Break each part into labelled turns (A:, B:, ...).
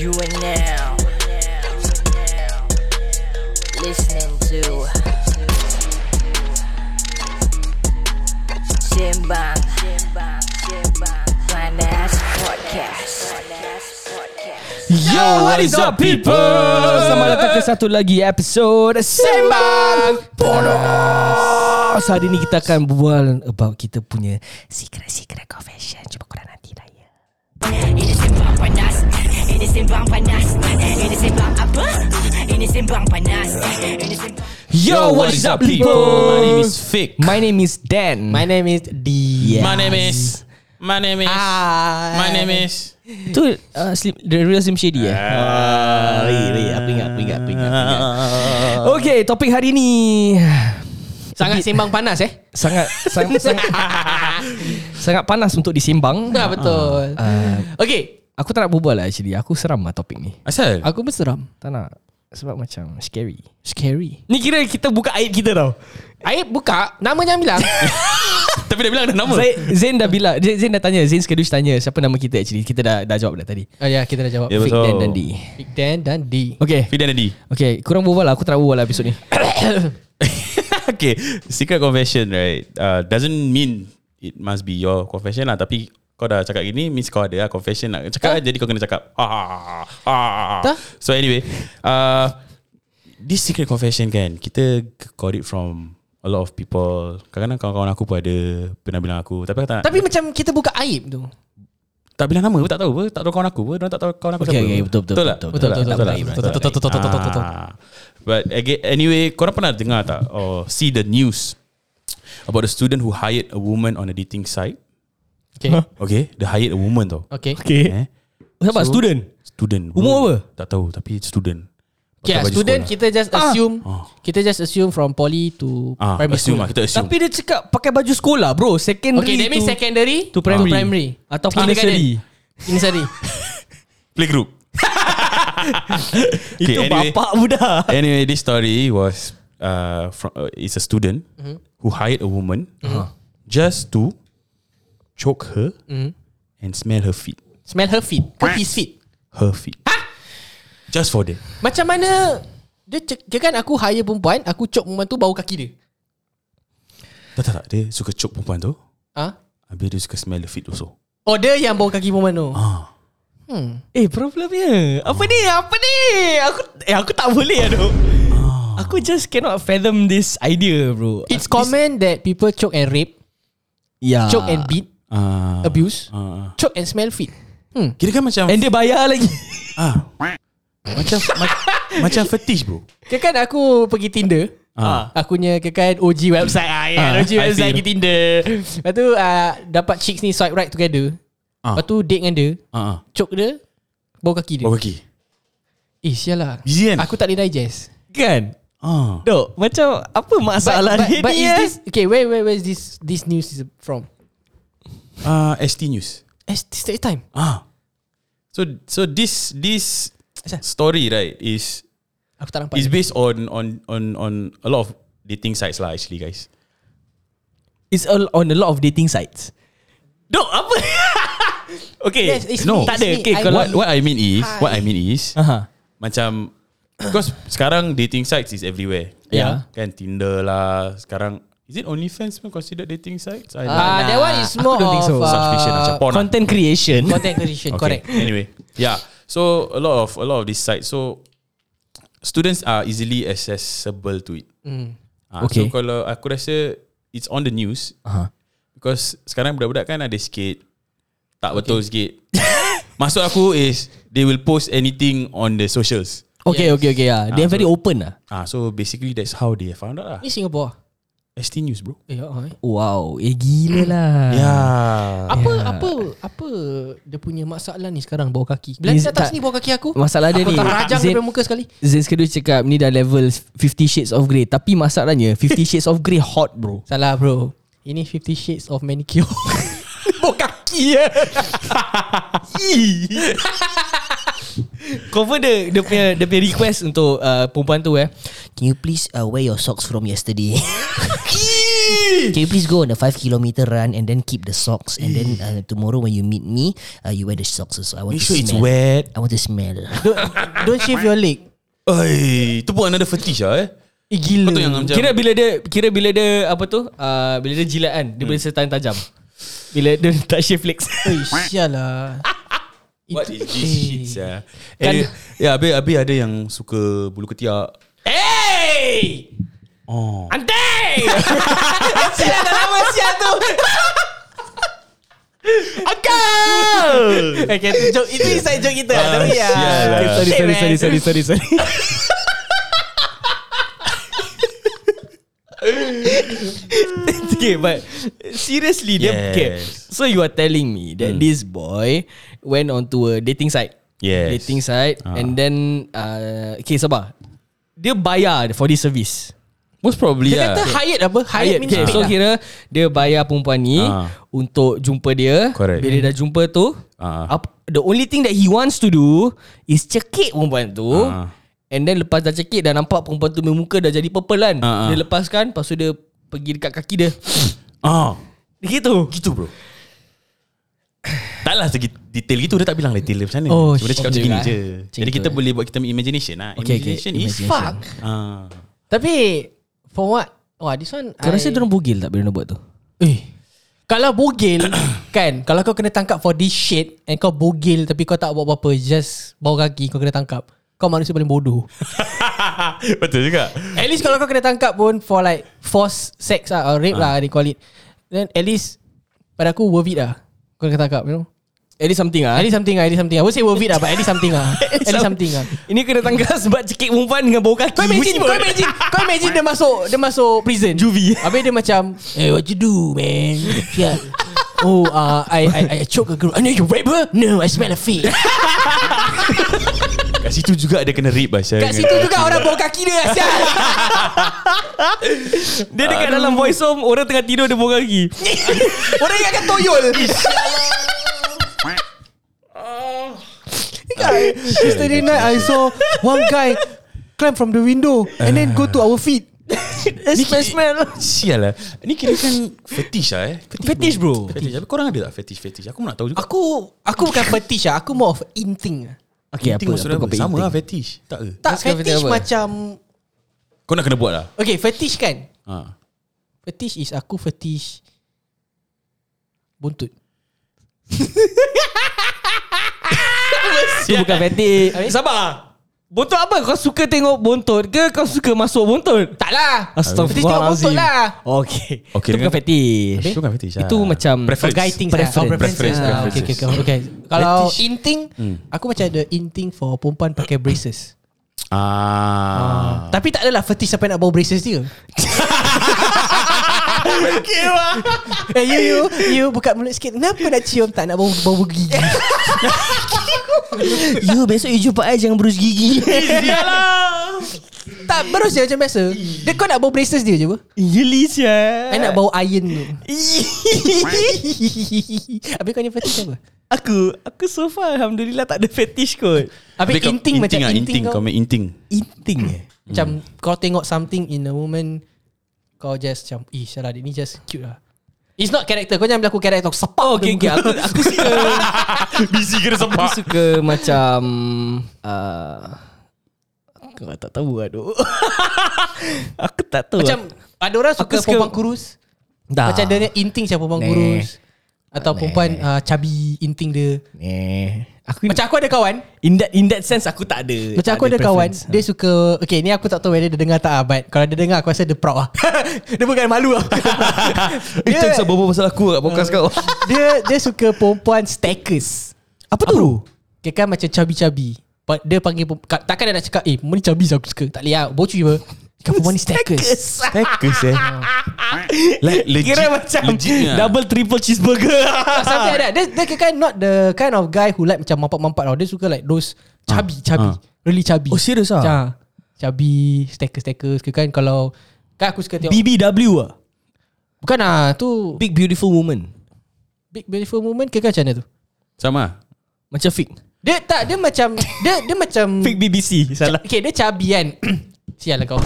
A: You are now listening to Simbang Finance Podcast.
B: Yo, what is up people? Selamat datang ke satu lagi episod Sembang Bonus Hari ni kita akan berbual about kita punya secret-secret confession Cuba korang nanti lah, ya. raya
A: Ini sembang panas. Ini sembang panas. Ini sembang apa? Ini sembang panas. Ini sembang
B: Yo, what is up people?
C: My name is Fik.
B: My name is Dan
D: My name is D.
B: Yes.
C: My name is. My name is.
D: Ah.
C: My name is.
B: Tu uh, Slim, The real Slim Shady eh?
D: Ah, ri, ri, aku ingat, aku ingat, aku ingat. aku ingat.
B: Okay, topik hari ni
D: Sangat sembang panas eh.
B: Sangat sangat, sangat, sangat panas untuk disimbang
D: Dah Ah, betul. Ah. Okay,
B: Aku tak nak berbual lah actually Aku seram lah topik ni
C: Asal?
D: aku pun seram.
B: Tak nak Sebab macam scary
D: Scary.
B: Ni kira kita buka aib kita tau
D: Aib buka, nama jangan bilang.
C: Tapi dia bilang dah nama.
B: Zain, Zain dah bilang Zain, Zain dah tanya Zain sekadus tanya Siapa nama kita actually Kita dah dah jawab dah tadi
D: oh ya, kita dah jawab.
C: Ya,
D: Yeah.
B: Fik
C: betul.
B: Dan dan D
D: Big Dan dan D.
B: Okay
C: Fik dan Adi.
B: Okay kurang berbual lah Aku tak nak berbual lah episod ni
C: okay. Secret confession right. Uh, doesn't mean it must be your confession lah. Tapi kau dah cakap gini means kau ada lah confession lah. Cakap jadi kau kena cakap. Ah, ah, ah.
D: Tak.
C: So anyway. Uh, this secret confession kan. Kita got it from a lot of people. Kadang-kadang kawan-kawan aku pun ada pernah bilang aku. Tapi aku tak nak.
D: Tapi macam kita buka aib tu.
C: Tak bilang nama pun tak tahu pun Tak tahu kawan aku pun Mereka tak tahu kawan aku
B: Okay,
C: siapa
B: okay,
C: pun.
B: betul, betul,
C: Betul lah
B: betul,
D: betul, betul,
C: Betul lah
D: betul,
C: Betul lah.
D: betul, betul, betul, betul, betul.
C: Ah. But again, anyway Korang pernah dengar tak Or see the news About a student who hired a woman On a dating site
D: Okay.
C: Okay They hired a woman tau
D: Okay.
B: Okay
C: Eh
B: Siapa
C: So-
B: student
C: Student
B: Umur apa?
C: Tak tahu Tapi student
D: Okay,
C: Pakai baju
D: student
C: sekolah.
D: kita just assume
C: Ah.
D: kita just assume from poly to
C: ah,
D: primary
C: assume
D: school.
C: lah Kita assume
B: Tapi dia cakap Pakai baju sekolah bro Secondary
D: Okay, that means
B: to-
D: secondary
B: to primary.
D: to primary. Ah,
B: Ataupun
D: Kindergarten.
B: nursery.
D: Nursery.
C: Playgroup
B: Itu
C: Okay, anyway.
B: bapak budak
C: Anyway, this story was uh, from uh, it's a student
D: Mm-hmm.
C: who hired a woman
D: Uh-huh.
C: just to choke her
D: Mm-hmm.
C: and smell her feet,
D: Smell her feet. Ke his feet.
C: her feet. Just for that.
D: Macam mana dia, cek- dia kan aku hire perempuan, aku cop perempuan tu bau kaki dia.
C: Tak tak tak, dia suka choke perempuan tu.
D: Ha?
C: Habis dia suka smell the feet also.
D: Oh dia yang bau kaki perempuan tu.
B: Ah. Eh problemnya Apa ni Apa ni Aku eh, aku tak
D: lah
B: boleh aduh Aku just cannot fathom this idea bro Ya.
D: It's common that people choke and rape,
B: yeah.
D: choke and beat,
C: Ah.
D: abuse,
C: ah.
D: choke and smell feet.
C: Kira kan macam
B: And dia bayar lagi
C: ah. macam ma- macam fetish bro.
D: Kekan kan aku pergi Tinder.
C: Ah.
D: Ah. Aku punya kekan OG website ah, yeah,
C: Ah,
D: OG
C: I
D: website
C: feel.
D: pergi Tinder. Lepas tu ah, dapat chicks ni swipe right together.
C: Ah.
D: Lepas tu date dengan dia,
C: Ah ah.
D: choke dia, bau kaki dia.
C: Bawa kaki.
D: Eh sial lah.
C: Easy kan?
D: Aku tak boleh digest.
B: Kan
C: Ah.
B: Dok Macam Apa masalah
D: but,
B: dia
D: but
B: ni
D: is
B: eh?
D: this okay? Where where where is this this news is from?
C: Ah, ST News.
D: It's this the time.
C: Ah. So so this this story right is
D: Aku tak nampak.
C: is based on on on on a lot of dating sites lah actually guys.
B: It's all on a lot of dating sites. Dok, apa? okay.
D: Yes, it's
C: No.
D: me,
B: tak
D: it's
B: ada.
D: me.
B: Okay,
D: I
B: kalau
C: what what I mean is what I mean is
B: Aha.
C: macam because sekarang dating sites is everywhere.
B: Yeah.
C: Kan Tinder lah sekarang is it OnlyFans pun considered dating sites? I don't know.
D: Ah, uh, that one is more
B: don't think
D: of
B: so.
D: uh,
C: Subscription macam porn. lah.
B: Content creation.
D: content creation.
C: Okay.
D: Correct.
C: Anyway, yeah. So a lot of a lot of these sites, so students are easily accessible to it. Mm.
B: Okay.
C: So kalau aku rasa it's on the news
B: Aha.
C: because sekarang budak-budak kan ada sikit tak betul sikit. Maksud aku is they will post anything on the socials.
B: Okay,
D: Yes.
B: okay, okay. Yeah. They're very open lah.
C: Ah, so basically that's how they found out lah.
D: Ni Singapore.
C: ST News bro.
D: Eh, oh, eh.
B: Wow, eh gila lah.
C: Yeah.
D: Apa apa apa dia punya masalah ni sekarang bau kaki. Bila
B: Is-
D: dia datang
B: tak-
D: sini bau kaki aku.
B: Masalah dia
D: aku
B: ni,
D: tak rajang
B: Zain-
D: daripada muka sekali.
B: Zain Skedu cakap ni dah level 50 Shades of Grey. Tapi masalahnya 50 Shades of Grey hot bro.
D: Salah bro. Ini 50 shades of manicure. bau kaki ya.
B: Cover the the punya, the punya request untuk uh, perempuan tu eh. Can you please uh, wear your socks from yesterday? Can you please go on a 5 kilometer run and then keep the socks and then uh, tomorrow when you meet me, uh, you wear the socks also. I want
C: Make
B: to
C: sure it's
B: smell.
C: wet.
B: I want to smell.
D: Don't, don't shave your leg.
C: Oi, tu pun another fetish lah eh.
D: Eh, gila.
C: Kau tu yang macam
B: Kira bila dia kira bila dia apa tu? Uh, bila dia jilat kan,
C: Hmm.
B: dia boleh setan tajam. Bila dia tak shave legs.
D: Eh, sial lah.
C: What is
D: Itu-
C: this shit sia?
B: eh. Kan-
C: Eh, ya, abi abi ada yang suka bulu ketiak.
B: hey!
C: Oh.
B: Antai! Sial dah lama sial tu.
C: Akal.
B: Eh.
D: Okay, itu joke, itu inside joke kita.
C: Ah,
D: Tapi ya.
C: sial lah.
B: Sorry,
D: Shit,
B: sorry,
D: man.
B: sorry, sorry, sorry, sorry. okay, but seriously, yes. okay.
C: Yes. Hmm.
B: So you are telling me that mm. this boy went onto a dating site.
C: Yes.
B: Dating site uh.
C: Ah.
B: and then uh, okay, sabar. Dia bayar for this service.
C: Most probably
B: lah.
D: Dia kata hired apa? Hired
B: Hired
D: means
B: Ah. okay,
D: paid
B: So
D: lah.
B: kira Dia bayar perempuan ni
C: Ah.
B: Untuk jumpa dia
C: Correct.
B: Bila dah jumpa tu
C: Ah.
B: apa, The only thing that he wants to do Is cekik perempuan tu
C: Ah.
B: And then lepas dah cekik Dah nampak perempuan tu punya muka Dah jadi purple kan
C: Ah, ah.
B: Dia lepaskan Lepas tu dia Pergi dekat kaki dia
C: Ah,
B: Gitu
C: gitu bro. Taklah lah, segi detail gitu dia tak bilang detail dia macam mana.
B: Oh,
C: Cuma dia
B: shit.
C: cakap macam gini
B: Alhamdulillah.
C: je.
B: Macam
C: Jadi
B: gitu,
C: kita
B: eh.
C: boleh buat kita punya imagination lah.
B: Okay, okay.
C: imagination is
B: Imagination.
C: fuck. Ah.
D: Tapi, for what? Wah, this one.
B: Kau
D: I-
B: rasa diorang bugil tak Bila dia buat tu
D: Eh. Kalau bogil kan kalau kau kena tangkap for this shit and kau bogil tapi kau tak buat apa-apa just bau kaki kau kena tangkap. Kau manusia paling bodoh.
C: Betul juga.
D: at least kalau kau kena tangkap pun for like force sex lah or rape lah
B: Ah.
D: they call it. Then at least pada aku worth it lah. Kau kena tangkap you know.
B: At least something lah
D: At least something lah, at least something lah. I would say worth it lah but at least something lah. at least something lah.
B: Ini kena tangkap sebab cekik perempuan Dengan bau kaki
D: Kau imagine, kau imagine, kau imagine dia masuk dia masuk prison.
B: Juvie.
D: Habis dia macam, "Hey, what you do, man?" Yeah. Oh, uh, I, I I choke a girl. I know you rape her. No, I smell a fish.
C: Kat situ juga ada kena rip lah.
D: Kat situ juga orang bawa kaki dia Sial
B: Dia dekat dalam voice home Orang tengah tidur dia bau kaki
D: Orang ingatkan toyol Yesterday night I saw One guy Climb from the window And then go to our feet Smell smell
C: Sial lah. Ni kira kan fetish lah eh.
B: Fetish bro
C: Fetish. Tapi korang ada tak fetish-fetish? Aku nak tahu juga.
D: Aku Aku bukan fetish lah Aku more of in thing lah.
B: Ah, Okay,
C: Inting
B: apa-
C: maksud
B: apa
C: apa?
B: kau pakai
C: Sama
B: inting?
C: lah fetish. Tak ke?
D: Tak
B: Kau suka fetish
D: fetish
B: apa?
D: macam
C: Kau nak kena buat lah.
D: Okay fetish kan
C: Ha.
D: Fetish is aku fetish Buntut
B: Itu bukan fetish
D: Eh,
B: Sabar Bontot apa? Kau suka tengok bontot ke kau suka masuk bontot?
D: Tak lah Fetish tengok buntut
B: Astaghfirullahalazim
D: lah
B: Okay,
C: Okay,
B: Itu bukan
C: dengan-
B: fetish
C: Itu bukan fetish lah.
B: Itu macam
C: Preference.
D: Guy things
B: Preference.
D: lah. Oh,
C: Preference, Hmm.
D: Ah, okay, okay,
C: preferences.
D: okay, okay. Kalau
B: Fetish.
D: in thing Aku macam ada in thing For perempuan pakai braces
C: Ah.
D: Tapi tak adalah fetish Sampai nak bawa braces dia Eh you you You buka mulut sikit Kenapa nak cium Tak nak bau, bau gigi
B: You besok you jumpa I jangan berus gigi
D: Tak terus je macam biasa Dia kau nak bau braces dia je apa
B: Geli sia
D: I nak bau iron tu Habis kau ni fetish apa
B: Aku Aku so far Alhamdulillah tak ada fetish kot
D: Habis
C: kau-
D: inting macam
C: ah,
D: inting
C: Kau
D: kau
C: main inting.
B: Inting eh
D: Macam kau tengok something In a woman Kau just macam Ih syarah dia ni just cute lah It's not character Kau jangan berlaku character Kau sepak
B: Oh okay, okay.
D: dia muka.
B: Aku, aku suka
C: Busy kena
B: Aku
C: sepak.
B: suka macam uh, Aku tak tahu aduh Aku tak tahu
D: Macam ada orang suka
B: Aku suka- Ah.
D: perempuan kurus.
B: Dah.
D: Macam dia ni inting siapa perempuan
B: Neh.
D: kurus.
B: Neh.
D: Atau perempuan uh, cabi inting dia.
B: Ni. Eh. Aku
D: Macam aku ada kawan.
B: in that in that sense aku tak ada.
D: Macam
B: tak
D: aku ada kawan
B: preference. ah.
D: Dia suka Okay ni aku tak tahu Whether dia dengar tak lah, But kalau dia dengar Aku rasa dia proud lah Dia bukan malu lah
B: Itu
D: Dia- Uh,
B: sebab berbual pasal aku kat podcast kau.
D: Dia dia suka perempuan stackers Apa tu? Dia kan macam cabi-cabi Pa- Dia panggil peremp- ka- Takkan dia nak cakap Eh perempuan ni cabi aku suka Tak boleh lah Bocu apa Kan perempuan ni stackers
C: Stackers eh. Like legit.
B: Kira macam
C: legitnya.
B: double triple cheeseburger.
D: Tak, Something like that Dia, dia kan not the kind of guy Who like macam mampat-mampat tau Dia suka like those Chubby chubby
C: ah.
D: Really chubby
B: Oh, serious ah?
D: Macam Chubby Stackers-stackers ke kan Kalau Kan aku suka tengok
B: BBW ah.
D: Bukan lah Tu Big,
B: Big beautiful woman.
D: big Beautiful Moment ke kan macam mana tu
C: Sama.
B: Macam fake.
D: Dia tak Dia macam Dia dia macam
B: Fake BBC. Salah.
D: Okay dia chubby kan Sial lah kau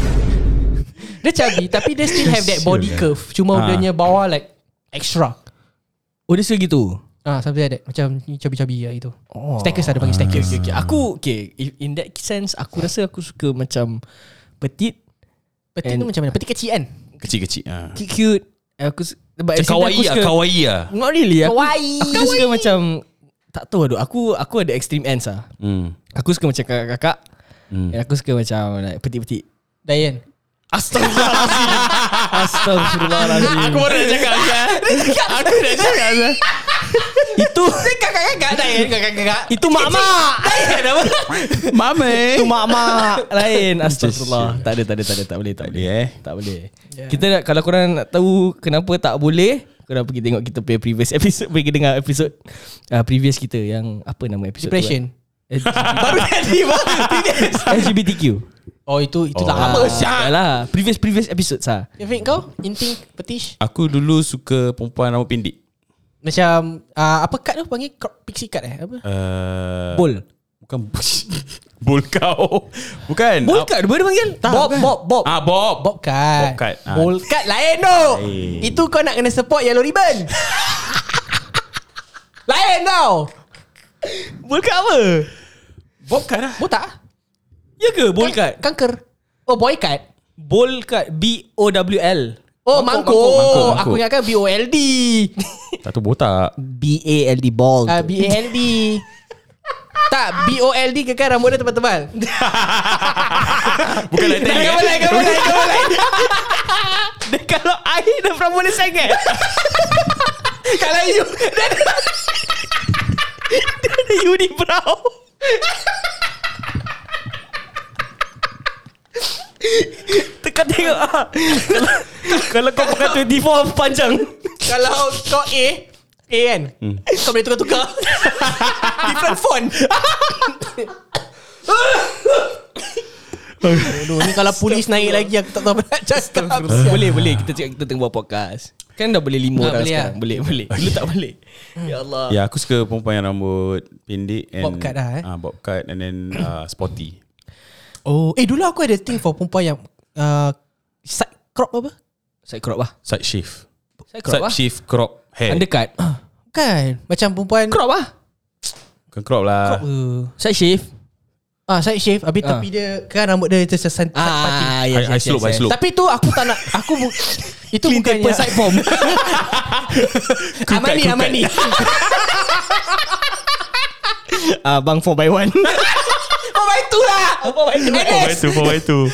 D: Dia chubby Tapi dia still have that body curve Cuma
C: Ah.
D: dia punya bawah like Extra
B: Oh dia suka gitu
D: Ah, Something like that Macam ni chubby-chubby lah itu
B: Oh.
D: Stackers lah dia panggil
B: Okay,
D: stackers
B: okay, okay. Aku okay, if- in that sense aku rasa aku suka macam petit,
D: Peti tu
B: And-
D: macam mana? Peti kecil kan?
C: Kecil-kecil ah.
B: cute, cute. Aku s- but at the same time
C: Macam kawaii
B: aku
C: ah,
B: suka-
C: kawaii ah.
B: Not really. Aku,
D: Kawaii.
B: Aku kawaii. suka macam tak tahu aduh. Aku aku ada extreme ends ah.
C: Hmm.
B: Aku suka macam kakak-kakak.
C: Hmm.
B: Dan aku suka macam like petit-petit.
D: Diane
B: Astagfirullahalazim. Astagfirullahalazim.
C: Aku baru nak cakap Azhar. Aku nak cakap Azhar.
B: itu
D: Kakak-kakak Diane Kakak-kakak
B: itu mak-mak.
C: Mama eh.
B: Itu mak-mak lain. Astagfirullah. Tak ada tak ada tak ada tak boleh tak boleh.
C: Boleh eh.
B: Tak boleh. Kita nak- kalau korang nak tahu kenapa tak boleh, korang pergi tengok kita punya previous episode, pergi dengar episode uh, previous kita yang apa nama episode
D: Depression
B: tu? eh? Depression. Baru tadi bang. Previous LGBTQ.
D: Oh itu Itu tak
C: Oh.
D: apa Syah
B: Dah lah. Previous previous episodes ah.
D: Fik kau Inting Petish
C: Aku dulu suka perempuan rambut pendek.
D: Macam ah, Apa kad tu panggil Cro- Pixie card eh Apa
C: Uh,
B: Bol.
C: Bukan Bol kau. Bukan.
B: Bol kat dia panggil.
D: Bob, Bob, Bob.
C: Ah, Bob.
D: Bob card
C: Bob card, ah.
D: Bowl card lain tu
C: Lain.
D: Itu kau nak kena support Yellow Ribbon Lain tau
B: Bol kat apa?
C: Bob kan lah.
D: Botak
B: Ya ke bol kat?
D: Kan- Kanker Oh boy card
B: Bol kat B O W L.
D: Oh mangkuk, mangkuk,
C: mangkuk, mangkuk.
D: Aku ingatkan B-O-L-D
C: Tak tu botak.
B: B A L D ball.
D: Ah, B-A-L-D Tak B-O-L-D kekal kan rambut dia tebal-tebal
C: Bukan like tadi.
D: Kamu lain Kamu lain Kamu lain
B: Dia kalau air dia perempuan dia sangat.
D: Kalau you
B: Dia unibrow. Tekan tengok ah. Kalau, kalau kau pakai 24 panjang. Hmm.
D: Kalau kau A A kan Kau boleh tukar-tukar Different font Aduh, ni kalau polis naik lagi Aku tak tahu apa nak cakap
B: boleh boleh kita cakap kita tengah buat podcast. Kan dah boleh lima orang
D: Ah, boleh
B: sekarang.
D: ah.
B: Boleh boleh. Dulu tak boleh. Ya Allah.
C: Ya, aku suka perempuan yang rambut pendek. And,
D: Bob cut lah, eh.
C: Ah, bob cut and then ah, sporty.
D: Oh, eh dulu aku ada thing for perempuan yang uh, side crop apa?
B: Saya crop lah.
C: Side shift.
B: Saya crop
C: Side
B: lah.
C: shift crop hair.
B: Undercut.
D: Kan, macam perempuan
B: Crop lah.
C: Bukan crop lah.
D: Uh,
B: Side shift.
D: ah side shave habis
B: Ah.
D: tepi dia kan rambut dia macam side parting.
C: yes, yes, yes, yes.
D: Tapi tu aku tak nak Aku bu- Itu
B: Clean
D: bukannya
B: paper side form.
D: Amani
C: Kukat, kukat.
D: Amani
B: Ah, bang 4x1.
D: Oh my tu lah Oh my
C: Four by two, four by two.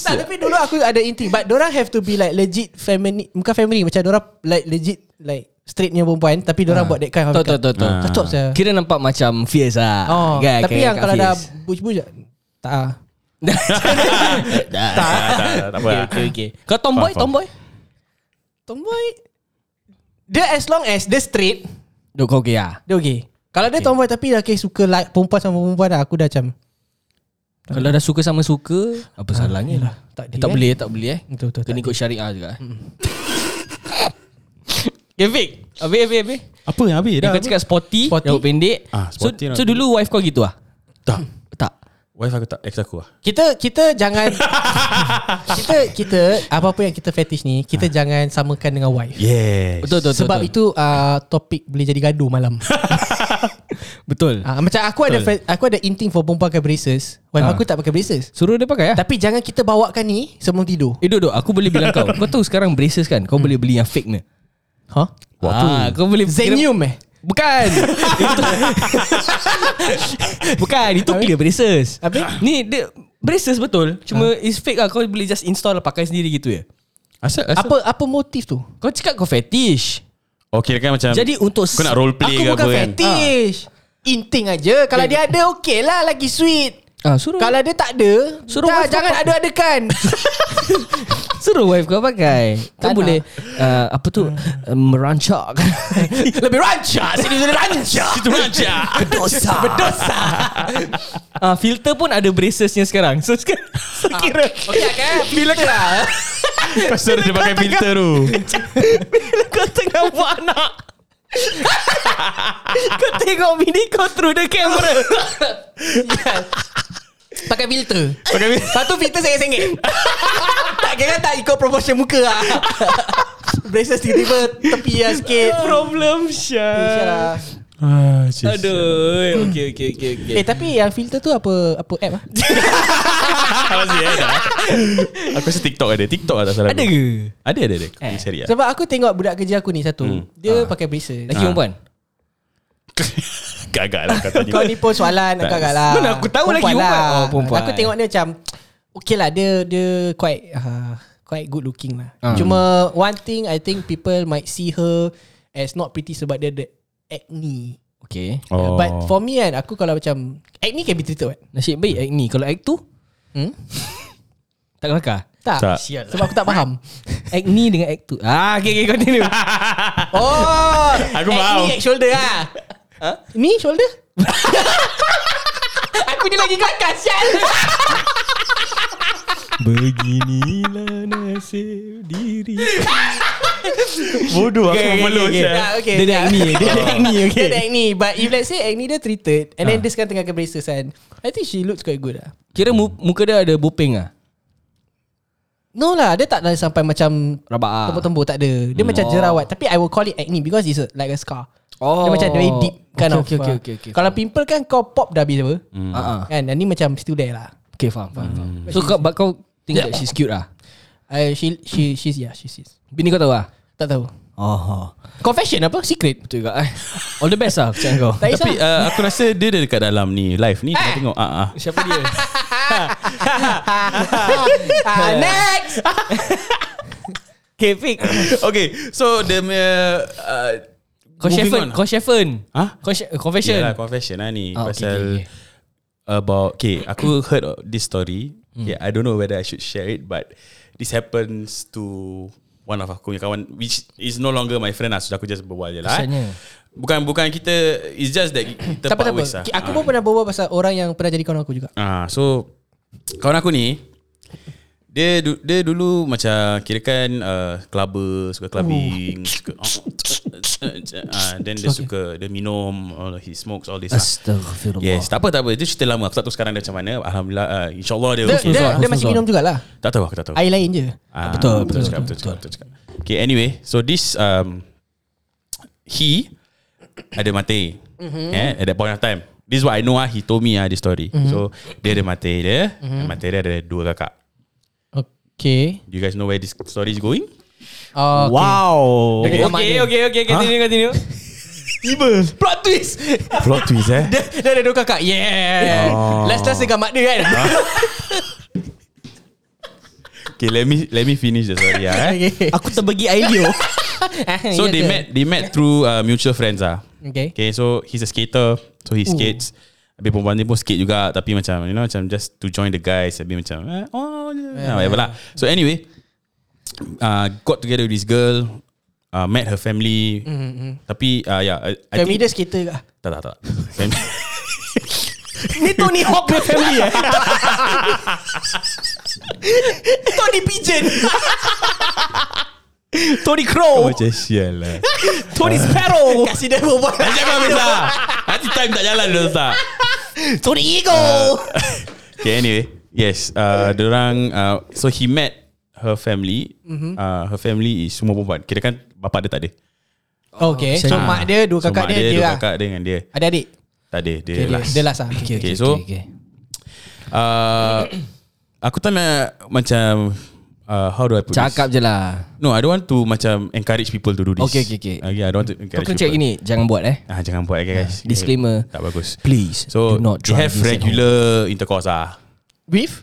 D: Tak tapi dulu aku ada inti But dorang have to be like Legit feminine Bukan feminine Macam dorang like legit Like straightnya perempuan
B: Ah.
D: Tapi dorang buat that kind of
B: Tahu, tahu, tahu, tahu.
D: Kacau
B: Ah.
D: saya
B: Kira nampak macam fierce lah.
D: Oh,
B: Kan,
D: tapi
B: kayak
D: yang
B: kat
D: kalau dah
B: fierce.
D: buj-buj tak ah.
B: Dah.
C: Tak, tak, tak, tak apa
B: Okay,
C: lah.
B: okay, okay. Kau tomboy,
C: Faham,
B: tomboy.
D: Tomboy Dia as long as Dia straight
B: Duk kau okay lah.
D: Dia okay Kalau dia tomboy Tapi dia okay suka like, Perempuan sama perempuan lah, Aku dah macam
B: Kalau dah suka sama suka, apa salahnya lah.
D: Tak
B: Eh,
D: boleh,
B: tak
D: eh.
B: boleh, tak boleh eh.
D: Betul, betul,
B: Kena
D: tak
B: ikut syariah juga eh. Okay, Vic. Habis, habis, habis.
C: Apa yang habis
B: Dia
C: dah?
B: kau cakap sporty,
D: Sporty.
B: rambut pendek.
C: Ah,
B: so,
C: sporty
B: so
C: rambut
B: dulu wife kau gitu ah?
C: Tak.
B: Tak.
C: Wife aku tak, ex aku lah.
D: Kita kita jangan Kita kita Apa-apa yang kita fetish ni Kita jangan samakan dengan wife
B: Ah. Betul,
C: Yes.
B: betul, betul.
D: Sebab
B: betul.
D: itu uh, Topik boleh jadi gaduh malam
B: Betul.
D: Ah, Macam aku ada fe- Aku ada inting for perempuan pakai braces Wife
B: Ah.
D: aku tak pakai braces
B: Suruh dia pakai lah.
D: Tapi jangan kita bawakan ni Sebelum tidur
B: Eh duduk Aku boleh bilang kau Kau tahu sekarang braces kan Kau boleh beli yang fake ni
D: Huh?
C: Buat apa?
B: ah, Kau boleh
D: Zenium eh
B: Bukan Itu- Bukan Itu clear braces
D: Habis?
B: Ni dia Braces betul Cuma it's fake lah Kau boleh just install Pakai sendiri gitu ya
C: Asal, asal.
D: Apa apa motif tu
B: Kau cakap kau fetish
C: Okay, kan macam.
B: Jadi untuk
C: Kau nak role play ke
D: Aku
C: apa
D: bukan
C: kan?
D: fetish
B: Ah.
D: Inting aja Kalau dia ada okay lah Lagi sweet
B: ah, Suruh
D: Kalau dia tak ada
B: Suruh
D: dah,
B: wife
D: Jangan
B: kau-
D: ada-adakan
B: Suruh wife kau pakai Kau
D: Tak nak.
B: boleh uh, Apa tu uh, Merancak
D: Lebih rancak Sini sini rancak
C: Itu macam.
B: Berdosa Berdosa ah, Filter pun ada bracesnya sekarang So sekarang So kira
D: Okay kan
B: eh?
D: Bila kena
C: Kau suruh dia pakai filter tu.
B: Bila kau tengah buat anak Kau tengok bini kau through the camera
D: Pakai filter Pakai filter Lepas tu filter sengit-sengit Tak kira tak ikut proportion muka lah Braces tiba-tiba tepi lah sikit lah.
B: Problem Syah
D: Syah.
C: Ah,
B: Aduh Okay okay okay, okay.
D: Eh tapi yang filter tu apa apa app ah?
C: Apa sih eh? Aku rasa TikTok ada TikTok lah tak salah
B: Ada
C: aku.
B: ke? Eh.
C: Ada ada ada Aku cari lah
D: Sebab aku tengok budak kerja aku ni satu Dia pakai braces Ah.
B: Lelaki perempuan?
C: Gagak lah kau tadi
D: Kau ni pun soalan
C: Tak.
D: agak-agak lah
B: Mana aku tahu lagi
D: lah.
B: perempuan. Oh, perempuan.
D: Aku tengok dia macam Okay lah dia Dia quite uh, Quite good looking lah
B: Ah.
D: Cuma One thing I think people might see her As not pretty Sebab dia ada acne
B: Okay
C: Oh.
D: But for me kan Aku kalau macam Acne can be treated kan
B: Nasib baik act ni Kalau act tu
D: hmm?
B: Tak kelakar
D: Tak,
C: Tak.
D: Sial lah. Sebab aku tak faham
B: Act ni dengan act tu Ah okay okay continue
D: Oh
C: Aku
D: acne
C: faham.
D: Acne shoulder lah huh? Ni shoulder Aku ni lagi kelakar Sial
B: Beginilah nasib diri
C: Bodoh aku
B: Okay, okay,
C: memeluk
B: okay,
C: Syah.
D: Tak, okay.
B: Dia ada acne Dia ada acne
D: Okay.
B: okay Ah.
D: Dia ada acne But if let's say acne dia treated And then dia sekarang tengah ke braces kan I think she looks quite good lah
B: Kira mu- muka dia ada bopeng ah.
D: No lah Dia tak ada sampai macam
B: Rabak ah.
D: Tembur-tembur tak ada Dia macam jerawat Tapi I will call it acne Because it's a, like a scar
B: Oh.
D: Dia macam very deep kind
B: Okay,
D: of,
B: okay, okay,
D: uh,
B: okay, okay,
D: Kalau pimple kan kau pop dah habis apa
B: Hmm. Ah, Hmm. ah.
D: Kan Dan ni macam still there lah
B: Okay faham faham. faham. So kau but kau think that she's cute ah.
D: I, Eh, she, she, She's yeah she's, she's
B: Bini kau tahu ah?
D: Tak tahu
B: Oh.
D: Confession apa? Secret
B: Betul juga eh. All the best lah macam kau.
D: Tak
C: Tapi
D: kisah
C: uh, aku rasa dia ada dekat dalam ni Live ni
B: Eh.
C: Tengah tengok ah, ah.
B: Siapa dia?
D: Ah, Next
B: Okay, pick.
C: Okay So dia punya uh,
B: Kau
C: moving
B: Shefan,
C: on.
B: kau Shefan.
C: Hah?
B: Kau Shef- Ha? confession.
C: Yalah confession lah ni
B: Ah, okay,
C: Pasal
B: okay, okay.
C: About Okay Aku heard of this story
D: Hmm.
C: Yeah I don't know whether I should share it But This happens to One of aku punya kawan Which is no longer my friend lah Sudah aku just berbual je lah eh.
B: Kesannya.
C: Bukan bukan kita It's just that Kita
D: Tak
C: part
D: apa-apa
C: ways lah
D: Aku pun pernah berbual pasal orang yang pernah jadi kawan aku juga
C: Ah, so kawan aku ni dia du- dia dulu macam kirakan uh, clubber suka clubbing
D: Oh.
C: suka ah then dia suka dia minum all he smokes all this lah.
B: Astaghfirullah.
C: Yes, tak apa tak apa. Itu cerita lama. Aku tak tahu sekarang dia macam mana. Alhamdulillah uh, insyaallah dia,
D: Dia,
C: okay.
D: dia,
B: Husnuzon,
D: dia masih
B: husnuzon.
D: minum jugalah
C: Tak tahu aku tak tahu.
D: Air lain je
C: Ah,
B: Betul, betul,
C: cakap, betul, cakap, betul, cakap. Okay, anyway, so this um, he ada mati. Mm-hmm. Yeah, at that point of time. This is what I know ah. He told me ah this story. Mm-hmm. So dia ada mati dia, mm-hmm. mati dia ada dua kakak.
D: Okay
C: Do you guys know where this story is going?
D: uh,
B: Wow. Okay,
D: Okay.
B: okay, okay, okay, continue, continue.
D: Evil Plot twist
C: Plot twist eh.
D: Dia, dia ada dua kakak Yeah
C: Oh.
D: Last-last dengan mak dia kan
C: Okay, let me let me finish the story ah. Eh.
D: Okay
B: Aku terbagi idea.
C: So they met they met through uh, mutual friends ah.
D: Ah, ya Okay
C: Okay, so he's a skater. So he skates. Habis perempuan ni pun skate juga tapi macam you know macam just to join the guys habis macam eh, oh yeah, whatever lah. So anyway, uh, got together with this girl, uh, met her family. Mm-hmm. Tapi uh, yeah, I, I
D: Family
C: think,
D: dia skater ke
C: tak tak tak. Family,
D: Ni Tony Hawk punya family eh Tony Pigeon
B: Tony Crow,
C: macam sial lah.
B: Tony Sparrow,
D: Kasih dia berbual
C: Nanti apa habis lah? Nanti time tak jalan dah tak.
D: Tony Ego
C: Okay, anyway, yes. Uh, orang uh, so he met her family. Mm-hmm. Uh, her family is semua perempuan. Kira kan bapak dia tak ada.
D: Okay So
B: Ah.
D: mak dia
C: Uh,
D: Dua
C: So,
D: kakak
C: mak
D: dia
C: dua
D: Dia lah
C: kakak dia dengan dia.
D: Ada adik
C: Tak ada, dia
D: Dia-
C: last.
D: Dia last lah Okay
C: Okay, so Uh, aku tak nak macam uh, how do I put
B: Cakap
C: this?
B: je lah.
C: No, I don't want to macam encourage people to do this.
B: Okay, okay, okay.
C: Uh, yeah, I don't want to
B: Kau
C: encourage
B: kena cakap
C: people.
B: gini, jangan buat eh.
C: Ah, jangan buat okay, guys.
B: Disclaimer.
C: Tak bagus.
B: Please, do
C: So,
B: not
C: they
B: try
C: have
B: this at
C: regular intercourse ah.
D: With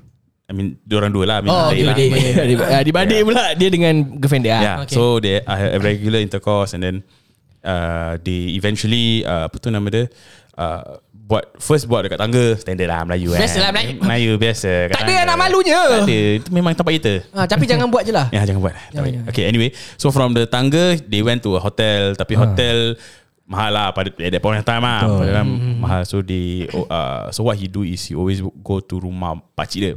C: I mean, orang dua lah. I mean, lain
D: Oh, okay,
C: lah.
D: okay, okay.
B: Ah, di- ah, Dibanding pula dia dengan girlfriend dia. ah.
C: Yeah.
D: Okay.
C: Okay. So they I have regular intercourse and then uh, they eventually uh, apa tu nama dia uh, buat first buat dekat tangga standard lah Melayu
D: Biasa lah,
C: kan.
D: Melayu.
C: Melayu biasa. kat
D: Tak ada lah
C: tangga.
D: nak malunya.
C: Tak ada. Itu memang tempat kita.
D: ah, Tapi jangan buat je lah
C: Ya jangan buat.
D: Jangan,
C: Jangan,
D: jangan.
C: Okay anyway, so from the tangga they went to a hotel tapi hotel mahal lah pada at that point of time lah. Pada dalam mahal so they oh, uh, so what he do is he always go to rumah pakcik dia.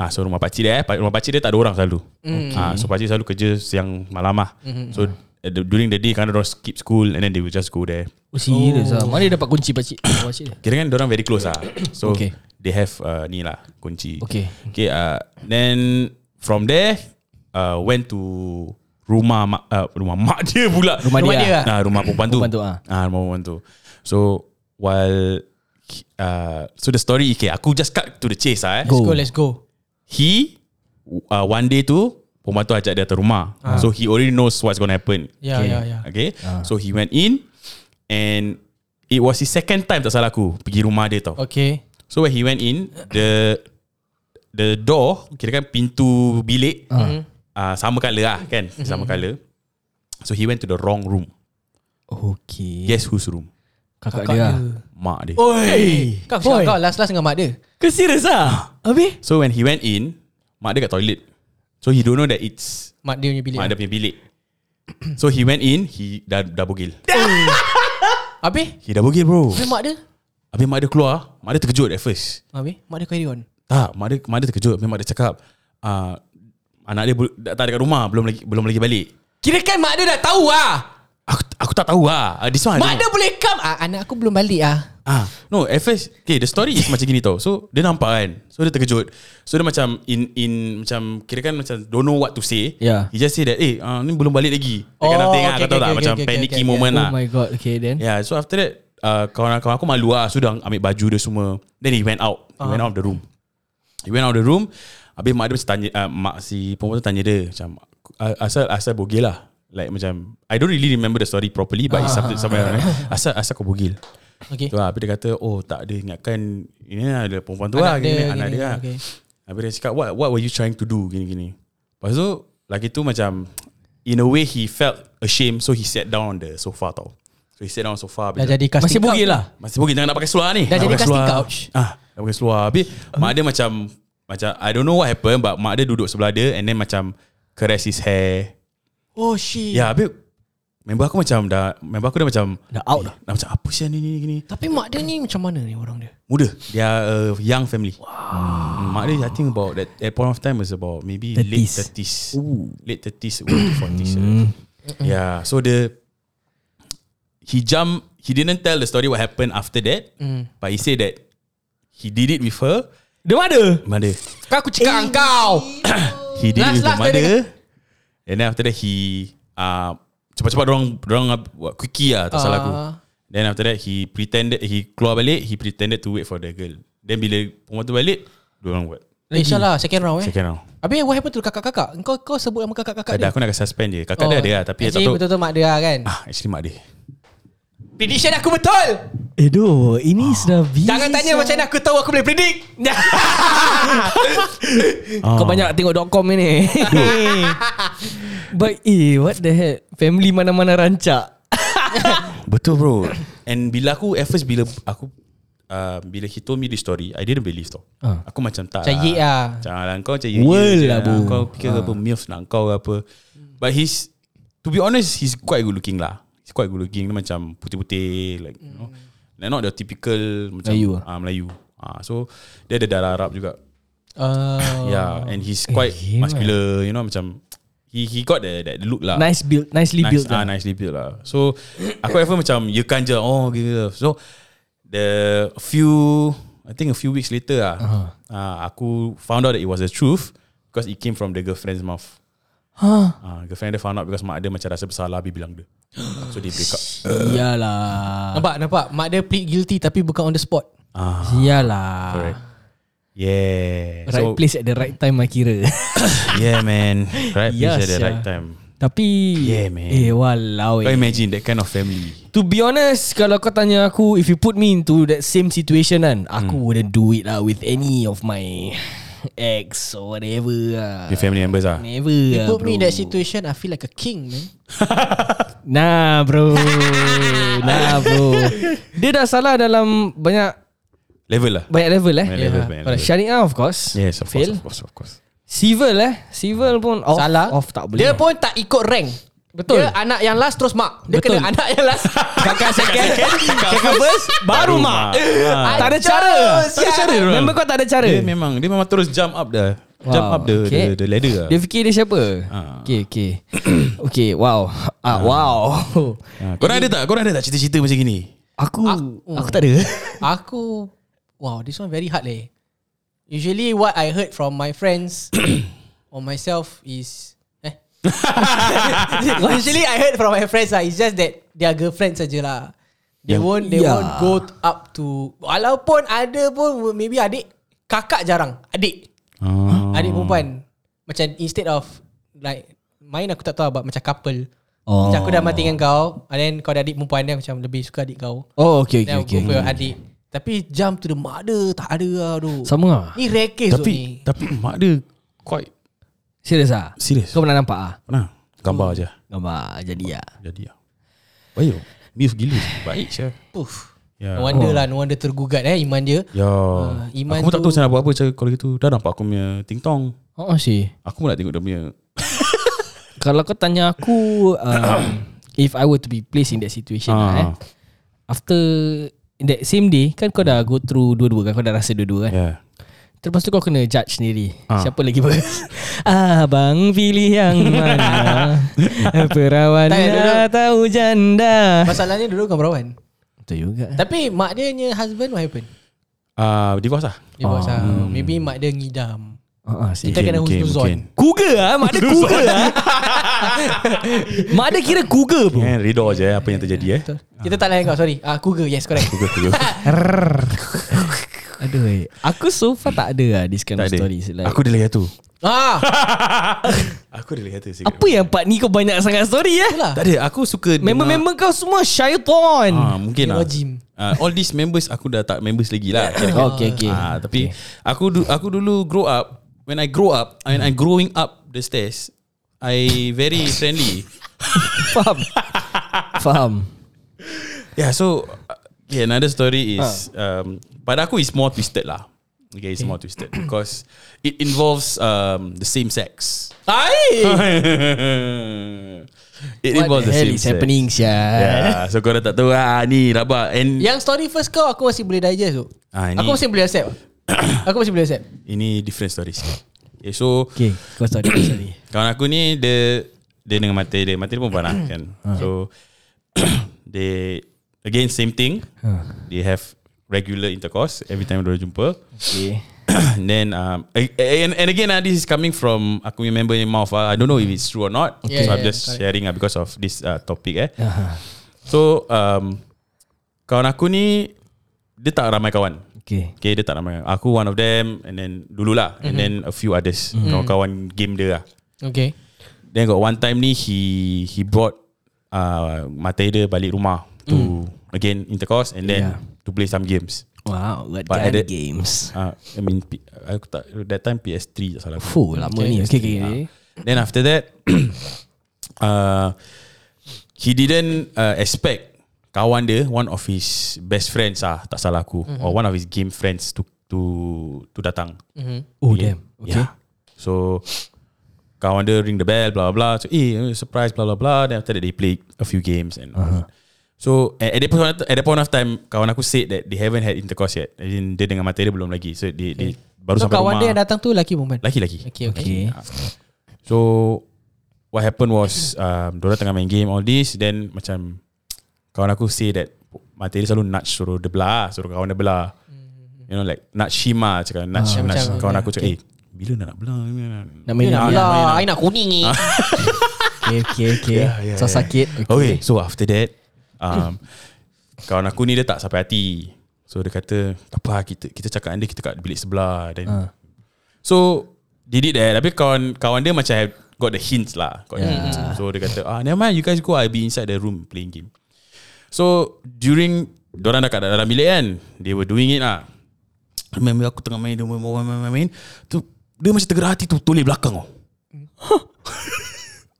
C: Ah so rumah pakcik dia eh, pa- rumah pakcik dia tak ada orang selalu. Ah so pakcik selalu kerja siang malam lah. So at the, during the day kan orang skip school and then they will just go there.
B: ah. Oh serious oh. lah Mana dia dapat kunci pakcik Pakcik dia
C: Kira kan orang very close lah. So
B: Okay.
C: okay. they have uh, ni lah kunci.
D: Okay.
C: Okay. Uh, then from there uh, went to rumah mak uh, rumah mak dia pula.
B: Rumah dia lah.
D: dia
C: Ah, rumah perempuan tu.
B: Perempuan tu, ah.
C: Ah, rumah perempuan tu. So while uh, so the story okay, aku just cut to the chase ah. Eh.
D: Let's go, let's go.
C: He uh, one day tu perempuan tu ajak dia atas rumah. So he already knows what's going to happen.
D: Yeah,
B: Okay.
D: yeah, yeah.
C: Okay.
B: Ah.
C: So he went in and it was his second time tak salah aku pergi rumah dia tau.
D: Okay.
C: So when he went in, the the door kira kan pintu bilik uh.
B: Ah.
C: Uh, sama colour lah kan,
B: Mhm.
C: sama colour. So he went to the wrong room.
B: Okay.
C: Guess whose room?
B: Kakak,
D: Kakak
B: dia.
D: dia.
B: lah.
C: Mak dia.
B: Oi.
D: Kau cakap kau last-last dengan mak dia.
B: Kau serius ah? Abi?
C: So when he went in, mak dia kat toilet. So he don't know that it's
D: Mak dia punya bilik.
C: mak dia punya bilik. So he went in, he dah dah bogil.
D: Habis?
C: He dah bogil bro.
D: Habis mak dia?
C: Habis mak dia keluar, mak dia terkejut at first.
D: Habis? Mak dia carry on.
C: Tak, mak dia, mak dia terkejut. Habis mak dia cakap, uh, anak dia bel- dah tak dekat rumah, belum lagi belum lagi balik.
D: Kira kan mak dia dah tahu ah.
C: Aku aku tak tahu lah. Uh, this one. I
D: Mak
C: don't
D: dia
C: know.
D: boleh come. Ah, anak aku belum balik ah.
C: Ah, no, at first, okay, the story is macam gini tau. So, dia nampak kan. So, dia terkejut. So, dia macam in in macam kira kan macam don't know what to say.
B: Yeah.
C: He just say that, eh, uh, ni belum balik lagi. That
D: Ya. Oh,
C: kind of thing lah. Kau
D: okay,
C: tahu
D: okay,
C: tak?
D: okay,
C: Macam
D: okay, okay,
C: panicky
D: okay, yeah.
C: moment lah.
B: Oh my god. Okay then.
C: Yeah, so after that, uh, kawan-kawan aku malu lah. So, dia ambil baju dia semua. Then he went out. He went out of the room. He went out of the room. Habis mak dia macam tanya, uh, mak si perempuan tu tanya dia macam, "A- asal asal bogil lah. Like macam, I don't really remember the story properly but it's something somewhere around there. Asal, asal kau bogil?
D: Okay.
C: Tu lah, habis dia kata, oh tak ada ingatkan, ini lah ada perempuan tu
D: Anak
C: lah, gini,
D: dia,
C: gini, anak
D: gini,
C: dia lah.
D: okay.
C: Habis dia cakap, what, what were you trying to do? Gini, gini. Lepas tu, lelaki tu macam, in a way he felt ashamed so he sat down on the sofa tau. So he sat down on the sofa. habis
D: Dah
C: dia-
D: jadi casting
B: Masih bugil lah.
C: masih mungkin jangan nak pakai seluar ni. Nak
D: Dah jadi
C: pakai
D: casting
C: seluar.
D: couch.
C: Ah, dah pakai seluar. Habis mak dia macam macam I don't know what happened but mak dia duduk sebelah dia and then macam caress his hair.
D: Oh shit.
C: Ya, habis member aku macam dah member aku dah macam
B: Dah out dah.
C: dah macam apa sih ni ni gini.
D: Tapi mak dia ni macam mana ni orang dia?
C: Muda. They are a young family. Wow. Hmm, mak dia I think about that at point of time was about maybe 30s. late
B: 30s.
C: 30s. Ooh. Late 30s early 40s. Mm. Yeah, so the he jump he didn't tell the story what happened after that mm. but he said that he did it with her
B: Dia mana?
C: mother.
D: Kau aku cakap dengan kau.
C: He did
D: Last-
C: it with the
D: last tadi
C: mother. And then after that he uh, cepat-cepat dorang dorang ab- buat quickie lah tak salah aku.
D: Ah.
C: Then after that he pretended he keluar balik, he pretended to wait for the girl. Then bila perempuan tu balik, dorang buat.
D: Eh, insyaAllah second round eh.
C: Second round.
D: Habis what happened to kakak-kakak? Kau kau sebut nama kakak-kakak
C: Tak ada
D: dia.
C: aku nak suspend je. Kakak dia ada lah tapi tak
D: Oh. Actually
C: tahu.
D: betul-betul mak dia lah kan.
C: Ah, actually mak dia.
D: Prediction aku betul.
B: Eh doh, ini sudah bisa.
D: Jangan tanya macam mana aku tahu aku boleh predict.
B: Kau banyak tengok .com ni. But eh, what the heck? Family mana-mana rancak.
C: Betul bro. And bila aku at first bila aku uh, bila he told me this story, I didn't believe tau.
B: Ah.
C: Aku macam tak.
D: Macam yek lah.
C: Macam lah kau macam
B: World
C: je
B: lah, bro.
C: Kau fikir apa milf nak kau ke apa. But he's to be honest he's quite good looking lah. He's quite good looking dia macam putih-putih like you know.
D: Hmm.
C: Like not the typical macam
B: Melayu ah?
C: ah, Melayu. Ah, so dia ada darah Arab juga.
D: Uh,
C: Yeah, and he's quite
B: Ah. Eh, gila.
C: muscular, you know macam he he got the that look lah.
B: Nice build, nicely
C: nice,
B: built.
C: ah,
B: lah.
C: nicely built lah. So aku ever macam you kan je oh gitu. So the few I think a few weeks later ah, uh-huh. ah aku found out that it was the truth because it came from the girlfriend's mouth. Huh. Ah, girlfriend dia found out because mak dia macam rasa bersalah habis bilang dia. So dia break up.
B: Iyalah.
D: Nampak nampak mak dia plead guilty tapi bukan on the spot.
B: Iyalah.
C: Ah, Correct. Yeah.
B: Ah. Right
C: so,
B: place at the right time lah kira.
C: Yeah man. Right place
B: Yes,
C: at the
B: yeah.
C: right time.
B: Tapi
C: Yeah, man.
B: Eh walau
C: Kau
B: eh.
C: imagine that kind of family.
B: To be honest Kalau kau tanya aku If you put me into That same situation kan Aku
C: Hmm.
B: wouldn't do it lah With any of my Ex Or whatever lah
C: Your family members ah.
B: Never
D: You
B: lah
D: put
B: bro
D: me in that situation I feel like a king man.
B: Nah bro Nah bro Dia dah salah dalam Banyak
C: Level lah.
B: Banyak level eh
C: Banyak level,
D: Yeah,
C: banyak
B: yeah.
C: level.
B: Syariah of course
C: Yes, of course,
B: Fail
C: of course, of course.
B: Civil eh Civil pun off,
D: Salah.
B: Off tak boleh
D: Dia pun tak ikut rank.
B: Betul.
D: Dia anak yang last terus mak. Dia
B: Betul.
D: kena anak yang last. Kakak second.
B: Kakak first Baru mak
C: Ah.
B: Tak ada cara
D: Tak ada cara,
C: bro.
B: Member kau tak ada cara
C: Dia memang dia memang terus jump up dah. Wow. Jump
B: Wow,
C: up the,
B: okay.
C: okay. the the ladder lah.
B: Dia fikir dia siapa
C: Ah.
B: Okay okay Okay wow ah, Wow
C: Ha, korang ada tak? Korang ada tak cerita-cerita macam gini?
B: Aku Aku tak ada
D: Aku wow, this one very hard leh. Usually what I heard from my friends or myself is eh. Usually I heard from my friends lah, it's just that their girlfriends saja lah. They
C: Yang-
D: won't they
B: Yeah.
D: won't go t- up to walaupun ada pun maybe adik kakak jarang. Adik.
C: Oh.
D: Adik perempuan. Macam instead of like main aku tak tahu but macam couple.
B: Oh.
D: Oh. Macam aku dah mati dengan kau And then kau ada adik perempuan Dia macam lebih suka adik kau
B: Oh okay
D: Then
B: okay, okay.
D: I'll go for your adik Tapi jump to the mother Tak ada lah aduh
B: Sama lah
D: Ni rare case tu ni
C: Tapi tapi mak dia quite
B: Serius ah?
C: Serius.
B: Kau pernah nampak ah?
C: pernah gambar aja.
B: Gambar jadi ah.
C: Jadi ah. Baik. Mif gila baik sya.
D: Puff
C: Ya.
D: No wonder lah No wonder tergugat eh Iman dia
C: Ya.
B: Oh,
D: Iman
C: aku pun tak
D: tu-
C: tahu saya nak buat apa macam kalau gitu. Dah nampak aku punya ting tong.
B: Oh sih.
C: Aku pun nak tengok dia punya.
B: Kalau kau tanya aku um, if I were to be placed in that situation
C: Ah.
B: lah, eh. After that same day kan kau dah go through dua-dua kan kau dah rasa dua-dua kan.
C: Ya.
B: Terlepas tu kau kena judge sendiri Siapa lagi bagus Abang pilih yang mana Perawan
D: Tak, duduk.
B: atau janda
D: Masalahnya dulu kau berawan
B: Betul juga
D: Tapi mak dia punya husband What happened?
C: Ah, divorce lah.
D: Dia buat sah Maybe mak dia ngidam
B: oh, sih.
D: Kita kena
C: mungkin,
D: husnuzon.
C: mungkin.
B: Kuga ah, mak dia kuga ah. mak dia kira kuga bro.
C: Eh, Ridho je apa yang terjadi eh.
D: Betul Kita tak layan kau sorry Ah, Cougar yes correct
C: Google Google.
B: Aduh, eh. aku so far tak ada lah this kind
C: tak
B: of
C: ada.
B: stories. Like,
C: Aku dah lihat tu.
D: Ah,
C: Aku dah lihat tu.
B: apa yang part ni kau banyak sangat story eh?
D: Itulah
C: Tak ada. Aku suka
B: Member-member kau semua syaitan.
C: Ah, mungkin lah.
D: Rajim.
C: Ah, all these members aku dah tak members lagi lah.
B: Oh, okay, okay.
C: Ah, tapi aku du- aku dulu grow up when I grow up and I growing up the stairs I very friendly.
B: Faham. Faham.
C: Yeah, so uh, okay, another story is
B: Ah.
C: um, pada aku is more twisted lah. Okay, it's more twisted because it involves um, the same sex.
D: Hai
C: it
B: What
C: involves
B: the
C: the,
B: hell
C: same
B: is
C: sex.
B: happening sia?
C: Yeah, so korang tak tahu ah ni rabak and
B: Ya.
D: Yang story first kau Aku masih boleh digest tu
C: Ah, ini-
D: Aku masih boleh accept Aku masih boleh accept
C: ini different stories. Okay, so
B: Okay, kau story, kau story.
C: Kawan aku ni dia dia dengan mata dia, mata dia perempuan lah kan.
D: Ah.
C: So they again same thing.
D: Ah.
C: They have regular intercourse every time dia jumpa.
B: Okay.
C: and then um a- a- and, and again ah, this is coming from aku punya member in mouth ah. I don't know if it's true or not.
D: Okay.
C: so
D: Yeah,
C: I'm
D: yeah,
C: just
D: correct.
C: sharing ah because of this uh, topic eh. So um kawan aku ni dia tak ramai kawan.
B: Okay.
C: Okay dia tak ramai Aku one of them And then dululah
D: Mhm.
C: And then a few others Kawan-kawan game dia lah
D: Okay
C: Then got one time ni He he brought uh, Matai dia balik rumah To Again intercourse And then
B: Hmm. Yeah.
C: To play some games
B: Wow, what
C: But I
B: kind of
C: did-
B: games?
C: uh, I mean P- aku tak, That time PS3 tak salah aku.
B: Fuh, lama ni. Okay, okay. okay.
C: Then after that uh, He didn't uh, expect Kawan dia One of his best friends ah Tak salah aku
B: Hmm.
C: Or one of his game friends To to to datang
B: Oh, damn. Okay.
C: Yeah. So kawan dia ring the bell, blah blah. blah. So eh surprise, blah blah blah. Then after that they play a few games and.
D: Uh-huh.
C: So at, at that point at that point of time, kawan aku said that they haven't had intercourse yet. As in, dia dengan materi belum lagi. So they, they baru
D: So
C: sampai
D: kawan
C: rumah.
D: dia yang datang tu Lelaki perempuan
C: Laki-laki.
D: Okay okay
B: Okay.
C: So what happened was um, Diorang tengah main game all this Then macam Kawan aku say that Mata dia selalu nudge suruh dia belah Suruh kawan dia belah You know like Nudge him lah Cakap nudge,
D: Mm-hmm. Ah,
C: him, nudge.
D: macam-
C: Kawan aku cakap Eh bila nak nak belah Bila nak-
B: Nak main
D: Nak
B: nak
D: pula
C: main lah.
D: Ah, ya, I nak kuning ni
B: Okay, okay, okay.
C: Yeah, yeah,
B: so
C: yeah.
B: sakit.
C: Okay so after that um, Kawan aku ni dia tak sampai hati So dia kata Tak apa lah, kita, kita cakap dengan dia Kita kat bilik sebelah Then
B: Ah.
C: So They did that Tapi kawan kawan dia macam have Got the hints lah Got the
B: Yeah.
C: hints So dia kata ah, Never mind you guys go I'll be inside the room Playing game So During Diorang dah kat dalam bilik kan They were doing it lah Member aku tengah main Dia main main main, main, main. Tu Dia macam tergerak hati tu Toleh belakang oh.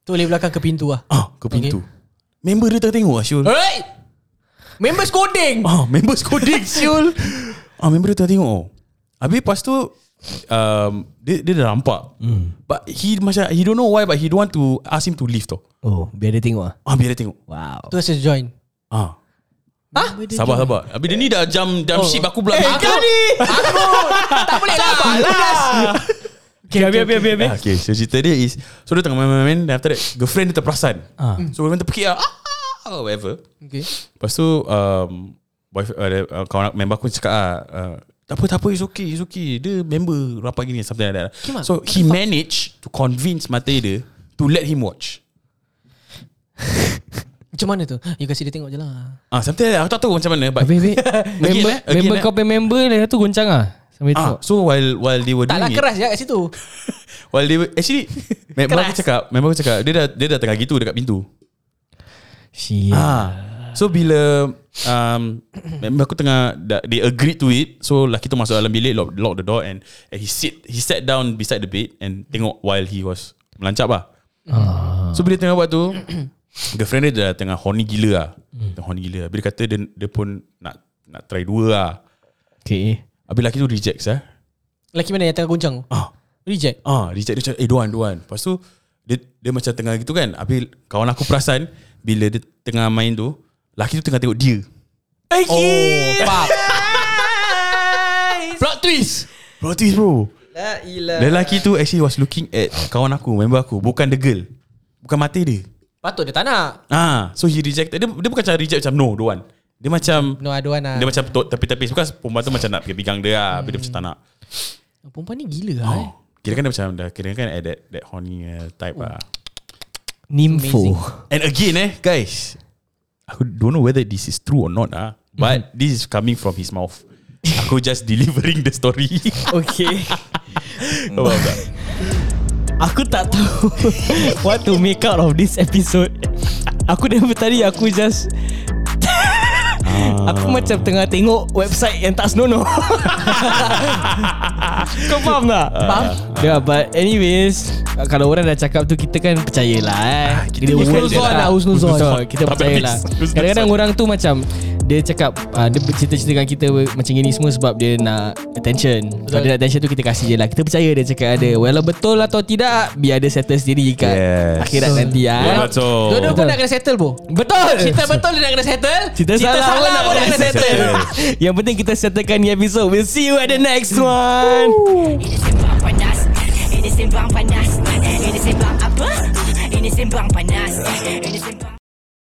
D: Tu boleh belakang ke pintu lah
C: Ah, ke pintu Eh? Member dia tengah tengok Asyul
D: Alright Members coding
C: Ah, members coding Siul Ah, member dia tengah tengok oh. Habis lepas tu um, dia, dia dah nampak mm. But he macam He don't know why But he don't want to Ask him to leave tau
B: Oh, biar dia tengok lah.
C: Ah, biar dia tengok
B: Wow.
D: Tu rasa join
C: Ah,
D: Hah?
C: sabar sabar. Habis dia ni dah jam jam oh. shift aku pula.
D: Eh,
C: Ah,
D: kau ni Aku Tak boleh lah Balas
B: Okay, habis, habis, habis. habis.
C: ah, Okay, so cerita dia is So dia tengah main-main Then after that Girlfriend dia terperasan
B: Ah.
C: So girlfriend terpekik lah ah, ah, Whatever
D: Okay
C: Lepas tu um, boyfriend, uh, Kawan member aku cakap ah, uh, Tak apa, tak apa, it's okay, it's okay. Dia member rapat gini, something like that.
D: Kimak,
C: So,
D: what
C: he managed to convince mata dia to let him watch.
D: Macam mana tu You kasi dia tengok je lah
C: Ah, something like that. Aku tak tahu macam mana. But
B: Habis habis Member,
C: eh, again,
B: member
C: eh.
B: kau punya member Lepas tu goncang lah Sampai
C: ah,
B: tengok
C: so while while they were
D: Taklah
C: doing it,
D: lah, keras je kat situ
C: while they were actually, member aku
D: Keras.
C: cakap, member aku cakap, dia dah dia dah tengah gitu dekat pintu.
B: Shit
C: Ah. So bila um, member aku tengah dah- they agreed to it. So laki tu masuk dalam bilik lock, lock the door and, and he sit he sat down beside the bed and tengok while he was melancap lah. So bila tengah buat tu girlfriend dia dah tengah horny gila lah. Tengah horny gila. Bila kata dia, dia pun nak nak try dua lah.
B: Okay
C: Habis laki tu reject sah.
D: Lelaki mana yang tengah goncang
C: Ah.
D: Reject
C: Ah, reject dia macam eh doan doan. Lepas tu dia dia macam tengah gitu kan. Habis kawan aku perasan bila dia tengah main tu, laki tu tengah tengok dia. Eh,
D: Oh Faham
C: Plot twist. Plot twist bro.
B: La ilah
C: The lelaki tu actually was looking at kawan aku, member aku, bukan the girl. Bukan mata dia.
D: Patut dia tak nak
C: Ah, so he rejected. Dia, dia bukan macam reject macam no, don't want. Dia macam
D: No aduan lah
C: dia macam tok- tapi-tapi bukan perempuan tu macam nak pegang dia lah, hmm. dia macam tak nak.
D: Perempuan ni gila lah eh.
C: Kira kan dia macam dah kira kan at that, that horny uh, type lah.
B: Nympho
D: Amazing.
C: And again eh guys, I don't know whether this is true or not ah, but this is coming from his mouth. Aku just delivering the story.
B: Okay
C: Faham tak?
B: Aku tak tahu What to make out of this episode Aku dari tadi aku just Aku macam tengah tengok website yang tak senonoh Kau faham tak? Faham? Yeah, Ah. Ya, but anyways Kalau orang dah cakap tu kita kan percayalah eh
C: kita ni
B: husnuzon
C: kan
B: lah
C: dah-
B: husnuzon
C: husnuzon.
B: Kita
C: Tak
B: percayalah
C: habis. Husnuzon.
B: Kadang-kadang orang tu macam Dia cakap uh, Dia cerita-cerita dengan kita Macam gini semua Sebab dia nak attention Kalau dia nak attention tu Kita kasih je lah Kita percaya dia cakap ada
D: Hmm.
B: Walau betul atau tidak Biar dia settle sendiri kat
C: Yes.
B: Akhirat nanti ah.
C: Yeah, so.
D: Dua-dua pun
B: Betul.
D: nak kena settle bro
B: Betul
D: Cerita betul dia nak kena settle
B: Cerita salah,
D: salah
B: pun
D: pun nak kena settle
B: Yang penting kita settlekan ni episode We'll see you at the next one
A: Ini sembang panas Ini sembang panas Ini sembang apa? Ini sembang panas Ini sembang